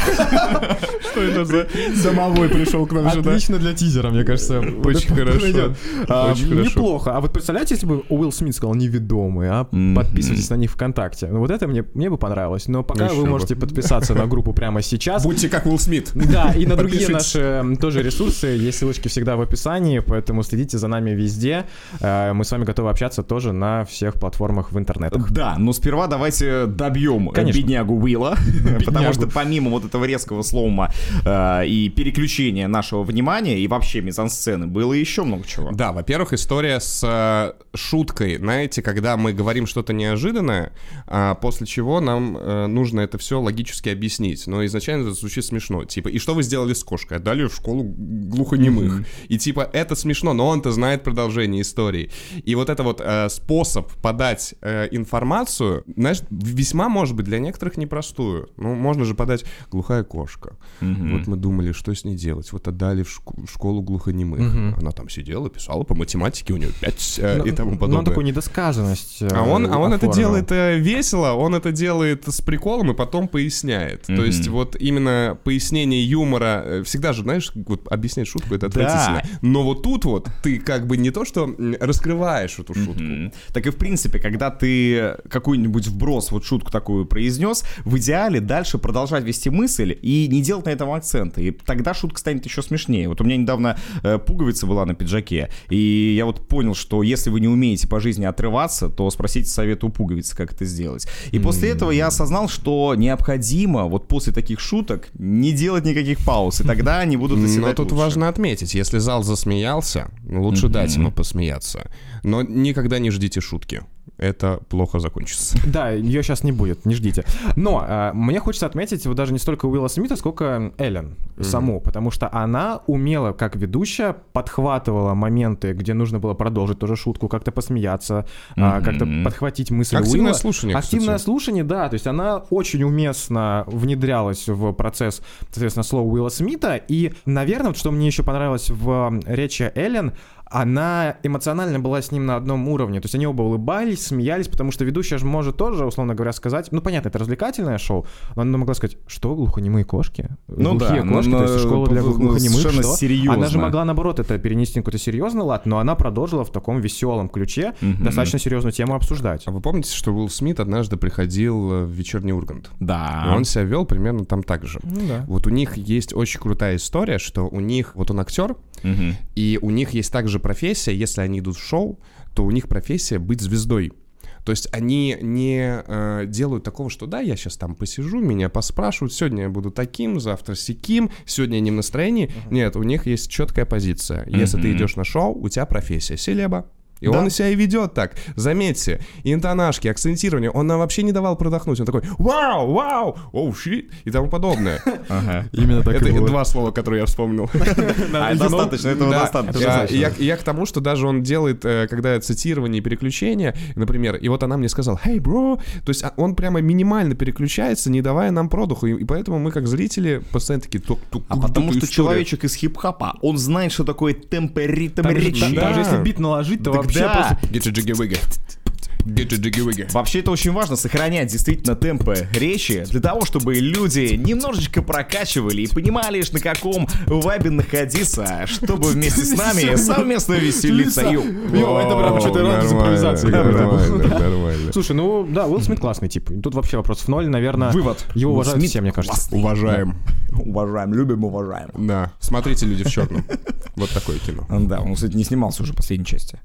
Speaker 3: Что это за...
Speaker 4: Домовой пришел к нам сюда.
Speaker 2: Отлично для тизера, мне кажется.
Speaker 3: Очень хорошо.
Speaker 2: Пойдет. А,
Speaker 3: Очень хорошо.
Speaker 2: Неплохо. А вот представляете, если бы Уилл Смит сказал неведомые, а подписывайтесь на них ВКонтакте. Ну, вот это мне, мне бы понравилось. Но пока
Speaker 3: Еще
Speaker 2: вы
Speaker 3: бы.
Speaker 2: можете подписаться на группу прямо сейчас.
Speaker 3: Будьте как Уилл Смит.
Speaker 2: Да, и на другие
Speaker 3: Подпишитесь.
Speaker 2: наши э, тоже ресурсы. Есть ссылочки всегда в описании, поэтому следите за нами везде. Э, Мы с вами готовы общаться тоже на всех платформах в интернетах.
Speaker 4: Да, но сперва давайте добьем э,
Speaker 2: Конечно.
Speaker 4: беднягу Уилла, потому
Speaker 2: Беднягу.
Speaker 4: что помимо вот этого резкого слома э, и переключения нашего внимания и вообще мизансцены было еще много чего.
Speaker 3: Да, во-первых, история с э, шуткой. Знаете, когда мы говорим что-то неожиданное, а после чего нам э, нужно это все логически объяснить. Но изначально это звучит смешно. Типа, и что вы сделали с кошкой? Отдали в школу глухонемых. И типа, это смешно, но он-то знает продолжение истории. И вот это вот э, способ подать э, информацию, знаешь, весьма, может быть, для некоторых непростую. Ну, можно же подать глухая кошка. Вот мы думали, что с ней делать. Вот отдали в, шку- в школу глухонемых. Она там сидела, писала по математике, у нее 5 и тому
Speaker 2: Ну, он
Speaker 3: подобное.
Speaker 2: такую недосказанность. э,
Speaker 3: А он, а он это
Speaker 2: оформил.
Speaker 3: делает э, весело, он это делает с приколом и потом поясняет. То есть вот именно пояснение юмора, э, всегда же, знаешь, вот объяснять шутку это отвратительно. Но вот тут вот ты как бы не то что м, раскрываешь эту шутку.
Speaker 4: Так и в принципе, когда ты какую-нибудь вброс, вот шутку такую произнес, в идеале дальше продолжать вести мысль и не делать на этом акцента. И тогда шутка станет еще смешнее. Вот у меня недавно э, пуговица была на пиджаке, и я вот понял, что если вы не умеете по жизни отрываться, то спросите совета у пуговицы, как это сделать. И после этого я осознал, что необходимо вот после таких шуток не делать никаких пауз, и тогда они будут
Speaker 3: Но
Speaker 4: оседать
Speaker 3: тут
Speaker 4: лучше.
Speaker 3: важно отметить, если зал засмеялся, лучше дать ему посмеяться. Но никогда не ждите шутки. Это плохо закончится.
Speaker 2: Да, ее сейчас не будет, не ждите. Но э, мне хочется отметить вот даже не столько Уилла Смита, сколько Эллен саму, потому что она умела, как ведущая, подхватывала моменты, где нужно было продолжить тоже шутку, как-то посмеяться, а, как-то подхватить мысль
Speaker 3: Активное
Speaker 2: Уилла.
Speaker 3: слушание,
Speaker 2: Активное
Speaker 3: кстати.
Speaker 2: слушание, да, то есть она очень уместно внедрялась в процесс, соответственно, слова Уилла Смита, и, наверное, вот что мне еще понравилось в э, речи Эллен, она эмоционально была с ним на одном уровне. То есть они оба улыбались, смеялись, потому что ведущая же может тоже, условно говоря, сказать, ну понятно, это развлекательное шоу, но она могла сказать, что глухонемые кошки?
Speaker 4: Ну да,
Speaker 2: Глухие
Speaker 4: ну,
Speaker 2: кошки, то есть
Speaker 4: ну,
Speaker 2: школа для
Speaker 4: ну,
Speaker 2: глухонемых,
Speaker 4: совершенно
Speaker 2: что?
Speaker 4: серьезно.
Speaker 2: Она же могла, наоборот, это перенести на какой-то серьезный лад, но она продолжила в таком веселом ключе достаточно серьезную тему обсуждать.
Speaker 3: А вы помните, что Уилл Смит однажды приходил э, в вечерний Ургант?
Speaker 4: Да.
Speaker 3: И он себя вел примерно там так же.
Speaker 2: да.
Speaker 3: Вот у них есть очень крутая история, что у них, вот он актер, и у них есть также профессия, если они идут в шоу, то у них профессия быть звездой. То есть они не э, делают такого, что да, я сейчас там посижу, меня поспрашивают, сегодня я буду таким, завтра сяким, сегодня я не в настроении. Нет, у них есть четкая позиция. Если ты идешь на шоу, у тебя профессия селеба. И он себя и ведет так. Заметьте, интонашки, акцентирование, он нам вообще не давал продохнуть. Он такой «Вау! Вау! Оу, щит!» и тому подобное.
Speaker 2: Именно так
Speaker 3: Это два слова, которые я вспомнил.
Speaker 4: А, достаточно, этого
Speaker 3: Ну, Да, я-
Speaker 4: достаточно.
Speaker 3: Я я к тому, что даже он делает, э, когда цитирование и переключение, например, и вот она мне сказала, «Hey, bro!» То есть а, он прямо минимально переключается, не давая нам продуху, и и поэтому мы, как зрители, постоянно такие тук тук
Speaker 4: А потому что человечек из хип-хопа, он знает, что такое темперитм речи.
Speaker 2: Даже
Speaker 3: Да.
Speaker 2: если бит наложить, то
Speaker 4: Так
Speaker 2: вообще
Speaker 4: да.
Speaker 2: просто
Speaker 4: Вообще это очень важно, сохранять действительно темпы речи, для того, чтобы люди немножечко прокачивали и понимали, на каком вайбе находиться, чтобы вместе с нами совместно веселиться. Ю.
Speaker 2: Йо, это прям что-то рано с импровизацией какой-то был.
Speaker 3: Нормально,
Speaker 2: Слушай, ну да, Уилл Смит классный тип. Тут вообще вопросов ноль, наверное.
Speaker 4: Вывод.
Speaker 2: Его
Speaker 4: Уилл
Speaker 2: уважают
Speaker 4: Смит
Speaker 2: все, мне кажется.
Speaker 4: классный.
Speaker 3: Уважаем.
Speaker 4: Уважаем, любим, уважаем.
Speaker 3: Да. Смотрите, люди в черном. Вот такое кино.
Speaker 4: Да, он, кстати, не снимался уже в последней части.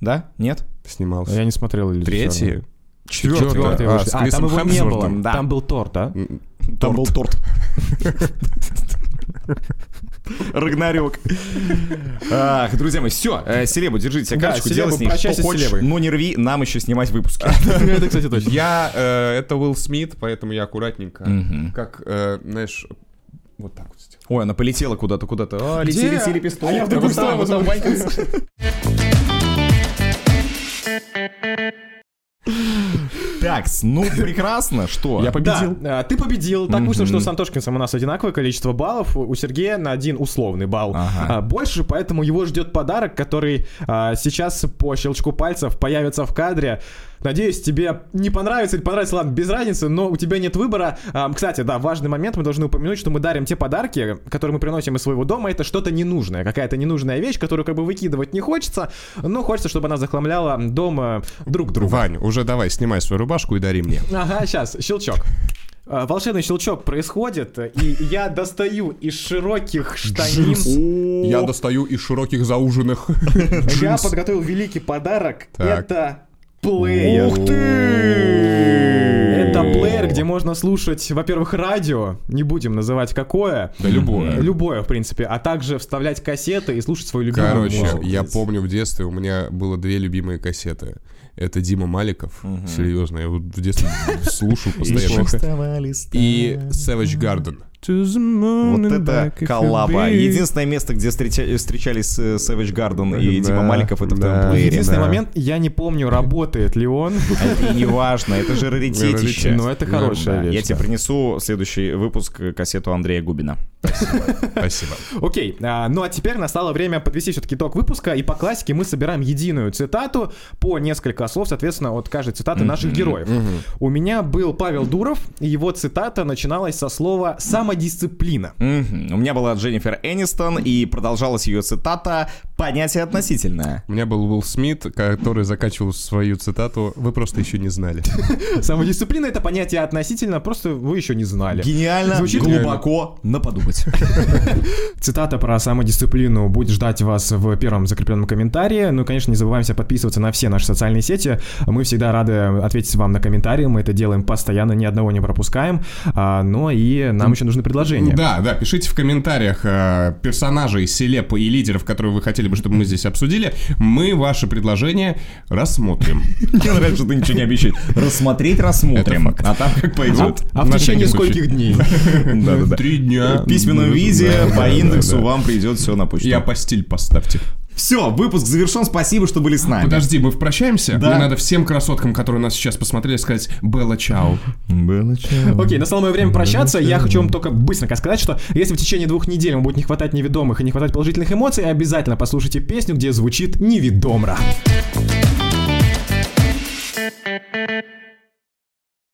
Speaker 4: Да? Нет?
Speaker 3: Снимался.
Speaker 2: Я не смотрел «Иллюзию
Speaker 3: Третий.
Speaker 2: черного». Четвертый.
Speaker 3: А,
Speaker 2: вышел.
Speaker 3: с
Speaker 2: А, там
Speaker 3: Крисом
Speaker 2: его не
Speaker 3: Хемсвортом.
Speaker 2: было.
Speaker 4: да.
Speaker 2: Там был Тор, да?
Speaker 4: Там был торт. Рагнарёк. Ах, друзья мои, все. Селебу, держите себя
Speaker 2: Да,
Speaker 4: карточку,
Speaker 2: Селебу,
Speaker 4: делай с ней
Speaker 2: прощайся
Speaker 4: что
Speaker 2: с
Speaker 4: хочешь,
Speaker 2: Селебой.
Speaker 4: но не рви нам еще снимать выпуски.
Speaker 2: Это, кстати, точно.
Speaker 3: Я... э, Это Уилл Смит, поэтому я аккуратненько. Как, э, знаешь, вот так вот сделал.
Speaker 4: Ой, она полетела куда-то, куда-то. А, лети,
Speaker 2: Где?
Speaker 4: лети, лепесток.
Speaker 2: А я в другую
Speaker 4: Вот там,
Speaker 2: сторону
Speaker 4: вот там банькается. Так, ну прекрасно, что?
Speaker 3: Я победил.
Speaker 2: Да, э, ты победил. Так вышло, что с Антошкинсом у нас одинаковое количество баллов, у у Сергея на один условный балл а, больше, поэтому его ждет подарок, который а, сейчас по щелчку пальцев появится в кадре. Надеюсь, тебе не понравится или понравится, ладно, без разницы, но у тебя нет выбора. Ам, Кстати, да, важный момент, мы должны упомянуть, что мы дарим те подарки, которые мы приносим из своего дома, это что-то ненужное, какая-то ненужная вещь, которую как бы выкидывать не хочется, но хочется, чтобы она захламляла дома друг друга.
Speaker 3: Вань, уже давай, снимай свою рубашку и дари мне.
Speaker 2: Ага, сейчас, щелчок. А, Волшебный щелчок происходит, и я достаю из широких штанин.
Speaker 3: Я достаю из широких зауженных.
Speaker 2: Я подготовил великий подарок.
Speaker 3: Так.
Speaker 2: Это плеер. Ух ты! Это плеер, где можно слушать, во-первых, радио, не будем называть какое.
Speaker 3: Да любое.
Speaker 2: Любое, в принципе, а также вставлять кассеты и слушать свою любимую
Speaker 3: Короче,
Speaker 2: музыку.
Speaker 3: я помню в детстве у меня было две любимые кассеты. Это Дима Маликов, серьезно, я вот в детстве слушал постоянно. И Savage Garden.
Speaker 4: Вот
Speaker 2: Ну
Speaker 4: это коллаба. Единственное место, где встреча- встречались э, Savage Garden и
Speaker 3: Да,
Speaker 4: Дима Маликов, это в
Speaker 3: да.
Speaker 4: твоем плеере.
Speaker 2: Единственный
Speaker 4: Да.
Speaker 2: момент, я не помню, работает ли он.
Speaker 4: А Это и не важно, это же раритетище.
Speaker 2: Но ну, это хорошая
Speaker 4: Да,
Speaker 2: вещь.
Speaker 4: Я тебе
Speaker 2: да.
Speaker 4: принесу следующий выпуск э, кассету Андрея Губина.
Speaker 3: Спасибо.
Speaker 2: Окей, а, ну а теперь настало время подвести все-таки итог выпуска, и по классике мы собираем единую цитату по несколько слов, соответственно, от каждой цитаты наших героев. У меня был Павел Дуров, и его цитата начиналась со слова «самодисциплина».
Speaker 4: Мгм. У меня была Дженнифер Энистон, и продолжалась ее цитата «Понятие относительное».
Speaker 3: У меня был Уилл Смит, который закачивал свою цитату «Вы просто еще не знали».
Speaker 2: Самодисциплина — это понятие относительно, просто вы еще не знали.
Speaker 4: Гениально,
Speaker 2: Звучит
Speaker 4: глубоко, на подумать.
Speaker 2: Цитата про самодисциплину будет ждать вас в первом закрепленном комментарии. Ну и, конечно, не забываемся подписываться на все наши социальные сети. Мы всегда рады ответить вам на комментарии. Мы это делаем постоянно, ни одного не пропускаем. А, но и нам еще нужны предложения.
Speaker 3: Да, да, пишите в комментариях э, персонажей, селеп и лидеров, которые вы хотели бы, чтобы мы здесь обсудили. Мы ваше предложение рассмотрим.
Speaker 4: Мне нравится, что ты ничего не обещаешь. Рассмотреть рассмотрим. А там как пойдет.
Speaker 2: А в
Speaker 3: На
Speaker 2: течение
Speaker 3: всякий случай.
Speaker 2: скольких дней?
Speaker 4: Да-да-да.
Speaker 3: Три дня.
Speaker 4: В письменном виде
Speaker 3: Да, да,
Speaker 4: по
Speaker 3: да,
Speaker 4: индексу
Speaker 3: да.
Speaker 4: вам придет все на почту.
Speaker 3: Я постель поставьте.
Speaker 4: Все, выпуск завершен. Спасибо, что были с нами.
Speaker 3: Подожди, мы прощаемся?
Speaker 4: Да.
Speaker 3: Мне надо всем красоткам, которые нас сейчас посмотрели, сказать «Белла Чао».
Speaker 2: Окей, настало мое время прощаться. Я хочу вам только быстренько сказать, что если в течение двух недель вам будет не хватать неведомых и не хватать положительных эмоций, обязательно послушайте песню, где звучит неведомра.